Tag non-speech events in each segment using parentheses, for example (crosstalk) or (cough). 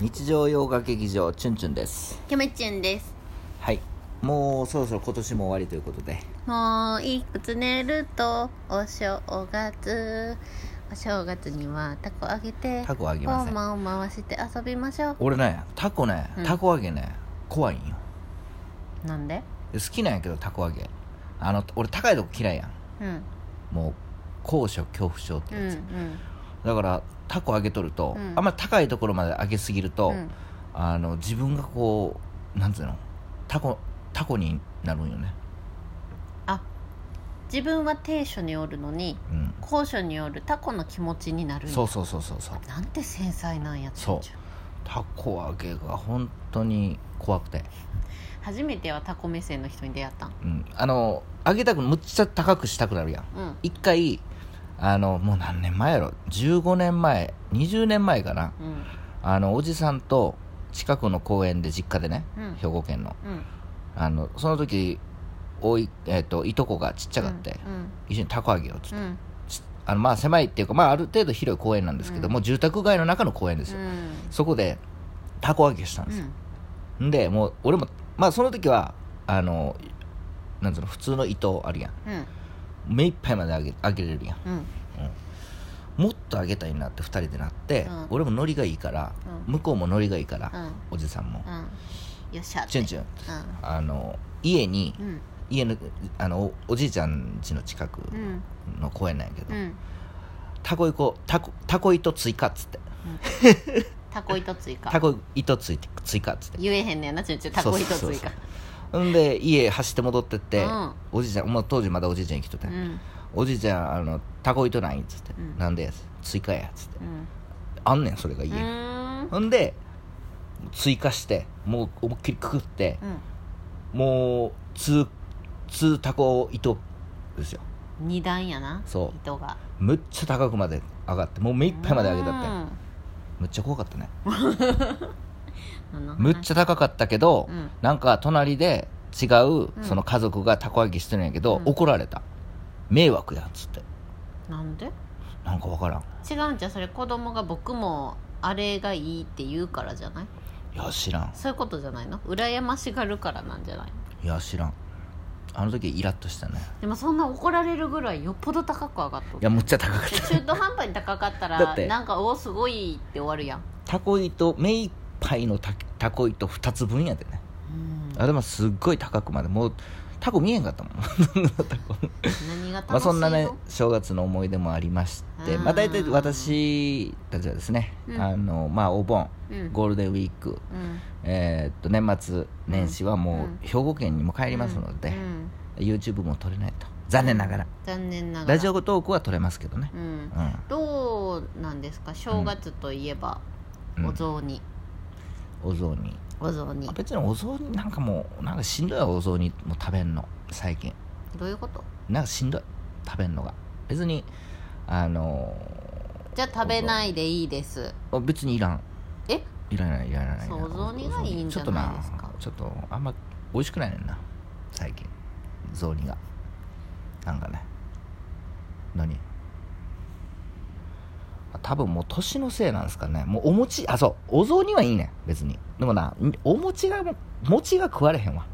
日常洋画劇場チュンチュンですキャメチュンですはいもうそろそろ今年も終わりということでもういくつ寝るとお正月お正月にはタコあげてタコあげませんパンマンを回して遊びましょう俺ねタコねうんタコ揚げね、怖いんよなんでで好きなんやけどタコ揚げあの俺高いとこ嫌いやんうんもう高所恐怖症ってうやつ、んだからタコ揚げとると、うんあんまり高いところまで揚げすぎると、うんうんあの自分がこうなんつうのタコタコになるんよねあ自分は低所におるのにうん高所におるタコの気持ちになるんやそうそうそうそうそうなんて繊細なんやそうちゅんちタコ揚げが本当に怖くて、ゅん初めてはタコ目線の人に出会ったんうん、あの揚げたくむっちゃ高くしたくなるやんうん一回あのもう何年前やろ15年前20年前かなうんあのおじさんと近くの公園で実家でね、うん兵庫県のうんあのその時おい,、えっといとこがちっちゃかって、うん一緒にタコ揚げをつうんうんあのまあ狭いっていうか、まあ、ある程度広い公園なんですけど、うんもう住宅街の中の公園ですうよ、んそこでたこ揚げしたんですよ、ん、でもう俺もまあその時はあのなんつうの普通の糸あるやんうん目いっぱいまで揚げ揚げれるやんうんもっと揚げたいなって2人でなって、うん俺もノリがいいから、うん向こうもノリがいいから、うんおじさんも、うんよっしゃってチュンチュンあの家にうんうん家のあのおおじいちゃん家の近くうんの公園なんやけど、うんたこいこたこたこ糸追加っつってタコ糸追加たこ糸ついて追加っつって言えへんねやなちゅんちゅんタコ糸そうそ追うそう加んで家走って戻ってって、うんおじいちゃんもう当時まだおじいちゃん生きとって、うんおじいちゃんあのたこ糸ないっつって、うんなんでやつ追加やっつってうんあんねんそれがう家に、ーんほんで追加してもう思いっきりくくってうんもう通通たこ糸ですよ二段やなそう糸がむっちゃ高くまで上がってもう目いっぱいまで上げたってうんむっちゃ怖かったね何の話むっちゃ高かったけど、うんなんか隣で違ううんその家族がたこ揚げしてるんやけど、うん怒られた迷惑やっつってなんでなんかわからん違うんじゃうそれ子供が僕もあれがいいって言うからじゃないいや知らんそういうことじゃないの羨ましがるからなんじゃないいや知らんあの時イラッとしたねでもそんな怒られるぐらいよっぽど高く上がっといやむっちゃ高かっでた中途半端に高かっただっらてなんかおおすごいって終わるやんたこ糸目いっぱいのたたこ糸2つ分やでねあでもすっごい高くまでもうタコ見えんかったもんタコ何が楽しいの、まあそんなね正月の思い出もありまして、まあ、大体うん私たちはですね、うんあのまあ、お盆うんゴールデンウィーク、うんえーっと年末年始はもうんう兵庫県にも帰りますのでう、ん YouTube も撮れないと残念ながら、残念ながらラジオトークは撮れますけどねう、んうんどうなんですか正月といえば、うんお雑煮お雑煮お雑煮あ別にお雑煮なんかもうなんかしんどいわお雑煮も食べんの最近どういうことなんかしんどい食べんのが別にあのじゃあ食べないでいいですーあ別にいらんえいらないいらないいらないそうお雑煮がいいんじゃないですかちょっとなちょっとあんま美味しくないねんな最近雑煮がなんかね何あ多分もう年のせいなんですかねもうお餅あそうお雑煮はいいねん別にでもなんお餅がもう餅が食われへんわ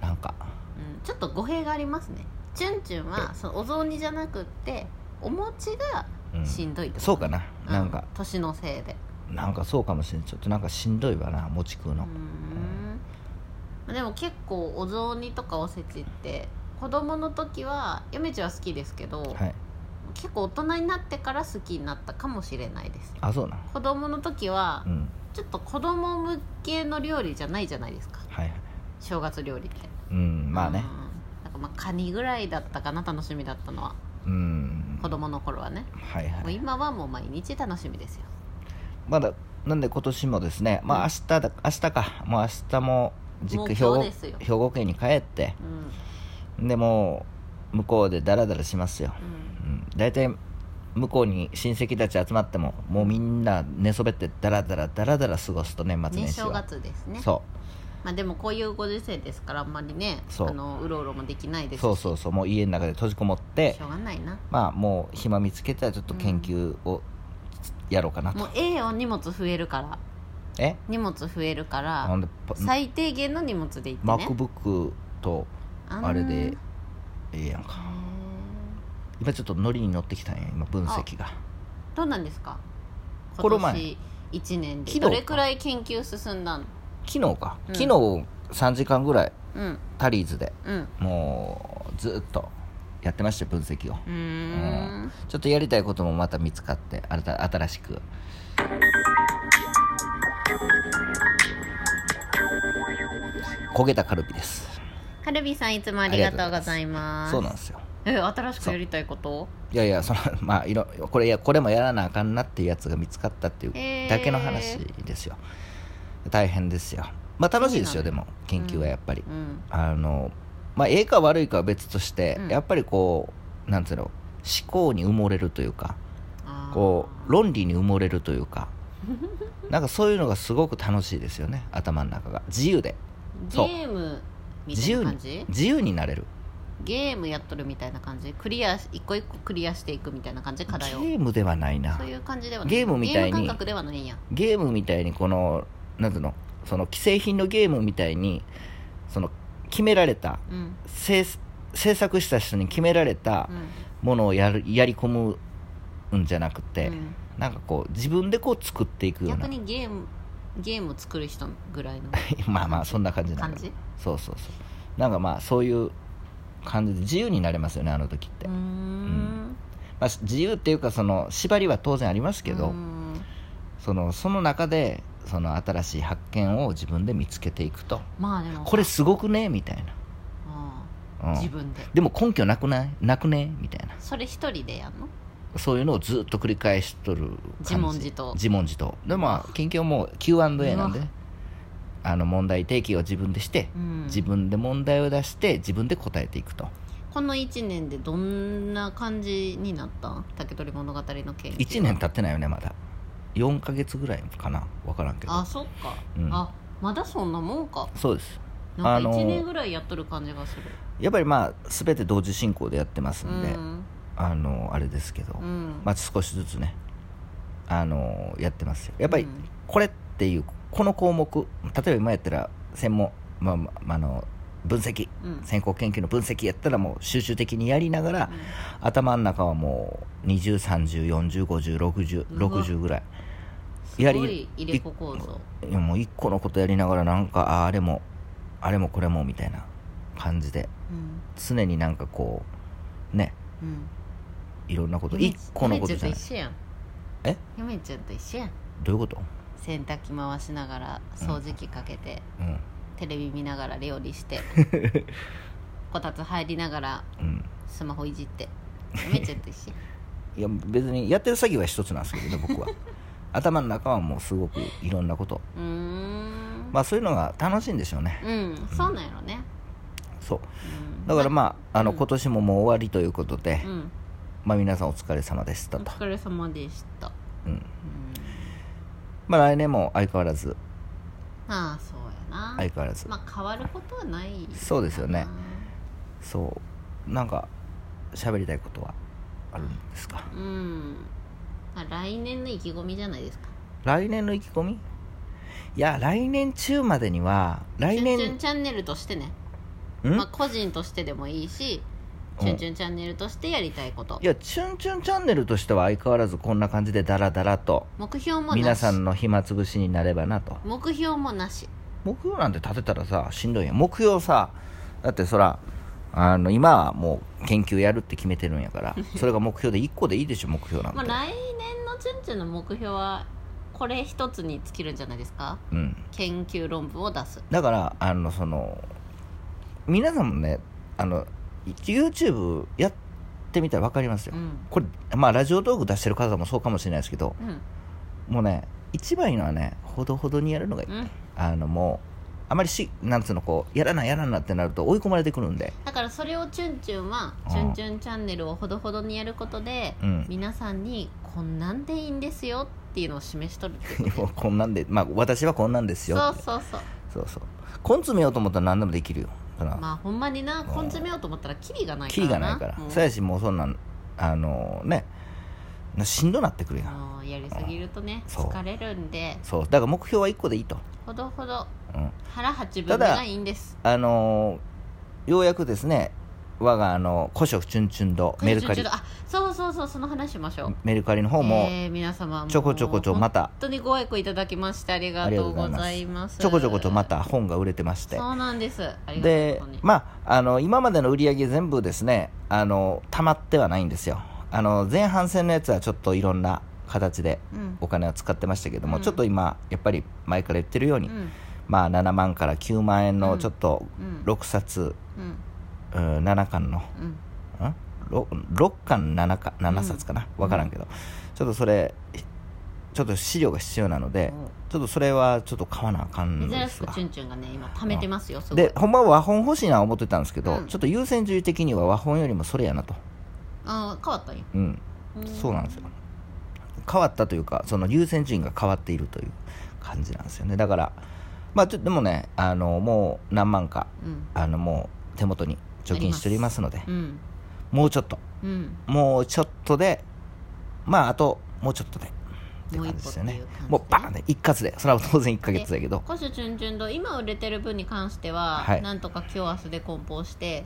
なんかうん、ちょっと語弊がありますねチュンチュンはそのお雑煮じゃなくってお餅がうんしんどいってことそうかななんうか、年のせいでなんかそうかもしれんちょっとなんかしんどいわな餅食ううの、ーんでも結構お雑煮とかおせちって子供の時は嫁ちゃんは好きですけど、はい結構大人になってから好きになったかもしれないですあそうなん子供の時はうんちょっと子供向けの料理じゃないじゃないですかはいはい正月料理ってうんまあねうんなんかまあカニぐらいだったかな楽しみだったのはうん子供の頃はね、はいはいもう今はもう毎日楽しみですよまだなんで今年もですねまあ明日だ明日かもう明日も実もう家兵今庫日ですよ兵庫県に帰ってうんでもう向こうでダラダラしますよ、うんうん、大体向こうに親戚たち集まってももうみんな寝そべってダラダラダラダラ過ごすと年末ね年始正は、月ですねそまあでもこういうご時世ですからあんまりねそうあのうろうろもできないでうすしそうそうそうもう家の中で閉じこもってしょうがないなまあもう暇見つけたらちょっと研究をやろうかなと、もうええお荷物増えるからえ荷物増えるかならんでパ最低限の荷物で行ってね MacBook とああれでーええやんかへー今ちょっとノリに乗ってきたんや今分析がどうなんですかこの前今年1年昨で日どれくらい研究進んだの昨日か、うん昨日3時間ぐらいうんタリーズでうんもうずっとやってましたよ分析をうーんちょっとやりたいこともまた見つかって新た新しく焦げたカルビですカルビーさんいつもありがとうございますそうなんですよえ新しくやりたいこといやいやその (laughs) まあいろこれいやこれもやらなあかんなっていうやつが見つかったっていうだけの話ですよ、大変ですよまあ楽しいですよでも研究はやっぱり、うんあのまあええか悪いかは別として、うんやっぱりこうなんつうの思考に埋もれるというかあーこう論理に埋もれるという (laughs) かなんかそういうのがすごく楽しいですよね頭の中が自由でそうゲームみた自い由なに感じ自由になれるゲームやっとるみたいな感じクリアし一個一個クリアしていくみたいな感じゲ課題をームではないなそういう感じではないゲームみたいにゲーム感覚ではないんやゲームみたいにこのなんつうのその既製品のゲームみたいにその決められたうん制制作した人に決められたうんものをやるやり込むんじゃなくて、うんなんかこう自分でこう作っていくよう逆なにゲームゲームを作る人ぐらいの (laughs) まあまあそんな感じなん感だじそうそうそうなんかまあそういう感じで自由になれますよねあの時って、うーまんあ、自由っていうかその縛りは当然ありますけど、うーんそのその中でその新しい発見を自分で見つけていくとまあでもこれすごくねみたいあな、ーう自ん、分ででも根拠なくないなくねみたいなそれ一人でやんのそういうのをずっと繰り返しとる感じ自問自答自問自答でまあ研究はもう Q&A なんでうわねあの問題提起を自分でして、うん自分で問題を出して自分で答えていくとこの1年でどんな感じになったん竹取物語の研究1年経ってないよねまだ4ヶ月ぐらいかな分からんけどあそっか、うんあまだそんなもんかそうですなあんかの1年ぐらいやっとる感じがするやっぱりまあ全て同時進行でやってますうんで、んあのあれですけど、うんまあ少しずつねあのやってますよやっぱりうんこれっていうこの項目例えば今やったら専門、まあまあ、あの分析うん先行研究の分析やったらもう集中的にやりながら、うん頭の中はもう2030405060うわ60ぐらいすやごりい入れ子構造いやもう一個のことやりながらなんかああれもあれもこれもみたいな感じでうん常になんかこうねうんいろんなこと一個のことじゃなゆいめちゃんと一緒やんえゆめちゃんと一緒やんどういうこと、洗濯機回しながら掃除機かけて、うんテレビ見ながら料理して (laughs) こたつ入りながらうん、スマホいじってゆめちゃんと一 (laughs) 緒やんいや別にやってる作業は一つなんですけどね僕は頭の中はもうすごくいろんなことうーん、まあそういうのが楽しいんでしょうねうんそうなんやろね、そううん、だからまああのうん今年ももう終わりということで、うんまあ皆さんお疲れ様でしおたと、疲れ様でしたうん、うんまあ来年も相変わらずまあそうやな、相変わらずまあ変わることはないそうですよねかなそうなんか喋りたいことはあるんですかうん、まあ、来年の意気込みじゃないですか来年の意気込みいや来年中までには来チュ年ンチュンチャンネルとしてね、ん、まあ、個人としてでもいいしうんチュンチュンチャンネルとしてやりたいこといや「チュンチュンチャンネル」としては相変わらずこんな感じでダラダラと目標もな皆しさんの暇つぶしになればなと目標もなし目標なんて立てたらさしんどいやん目標さだってそらあの今はもう研究やるって決めてるんやから (laughs) それが目標で1個でいいでしょ目標なんて、まあ、来年のチュンチュンの目標はこれ一つに尽きるんじゃないですかうん研究論文を出すだからあのその皆さんもねあの YouTube やってみたら分かりますよ、うんこれまあラジオトーク出してる方もそうかもしれないですけどうんもうね一番いいのはねほどほどにやるのがいい、うんあのもうあまりしなんつうのこうやらなやらなってなると追い込まれてくるん (laughs) でだからそれをチュンチュンはう「んチュンチュンチャンネル」をほどほどにやることで、うん皆さんに「こんなんでいいんですよ」っていうのを示しとるっていうもうこんなんでまあ私はこんなんですよそうってそうそうそうそう根詰めようと思ったら何でもできるよだから、まあほんまになん根詰めようと思ったらキリがないからなキリがないからもうそうやしもうそんなんあのねなしんどなってくるやんもうやりすぎるとね、そう疲れるんでそうだから目標は1個でいいと、ほどほどうん、腹八分目がいいんですあのーようやくですね我があの古書チュンチュンドメルカリちょっとあそうそうそうその話しましょうメルカリの方もえー皆様もちょこちょこちょま本た当にご愛顧いただきましてありがとうございますちょこちょこちょまた本が売れてましてそうなんですありがでとう本当にまああの今までの売り上げ全部ですねあの溜まってはないんですよあの前半戦のやつはちょっといろんな形でうんお金を使ってましたけども、うんちょっと今やっぱり前から言ってるように、うんまあ7万から9万円うのんちょっとうん6冊、うんうん7巻のうんん 6, 巻7か7冊かな、うんわからんけどちょっとそれちょっと資料が必要なので、うんちょっとそれはちょっと買わなあかんので珍すしくわチュンチュンがね今貯めてますよすごいでほんまは和本欲しいな思ってたんですけど、うんちょっと優先順位的には和本よりもそれやなと、あー変わったんやうん、うんそうなんですよ変わったというかその優先順位が変わっているという感じなんですよねだからまあちょでもねあのもう何万かうんあのもう手元に貯金しておりますのでうんもうちょっとうんもうちょっとでまああともうちょっとでってもう感じで一歩っすてよねいう感じもうバーンで一括でそれは当然1か月だけど古書チュンチュン堂今売れてる分に関しては、はいなんとか今日明日で梱包して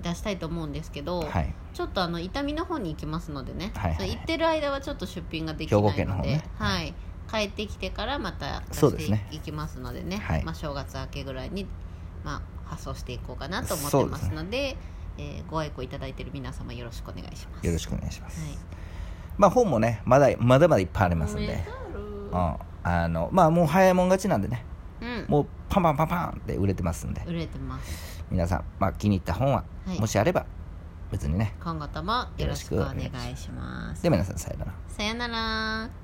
出したいと思うんですけど、はいちょっとあの痛みの方に行きますのでね、はいはいそう行ってる間はちょっと出品ができないの兵で庫県の方ねはい、帰ってきてからまた出そうしですねていきますのでねはいまあ、正月明けぐらいに、まあ、発送していこうかなと思そっうてでますすねのでえーご愛顧いただいてる皆様よろしくお願いします。よろしくお願いします、はいまあ本もねまだまだまだいっぱいありますんおめでで、とう、うんあのまあもう早いもん勝ちなんでねうん、もうパンパンパンパンって売れてますんで売れてます。皆さん、まあ、気に入った本は、はいもしあれば別にね今後ともよろしくお願いします。で皆さんさよならさよなら。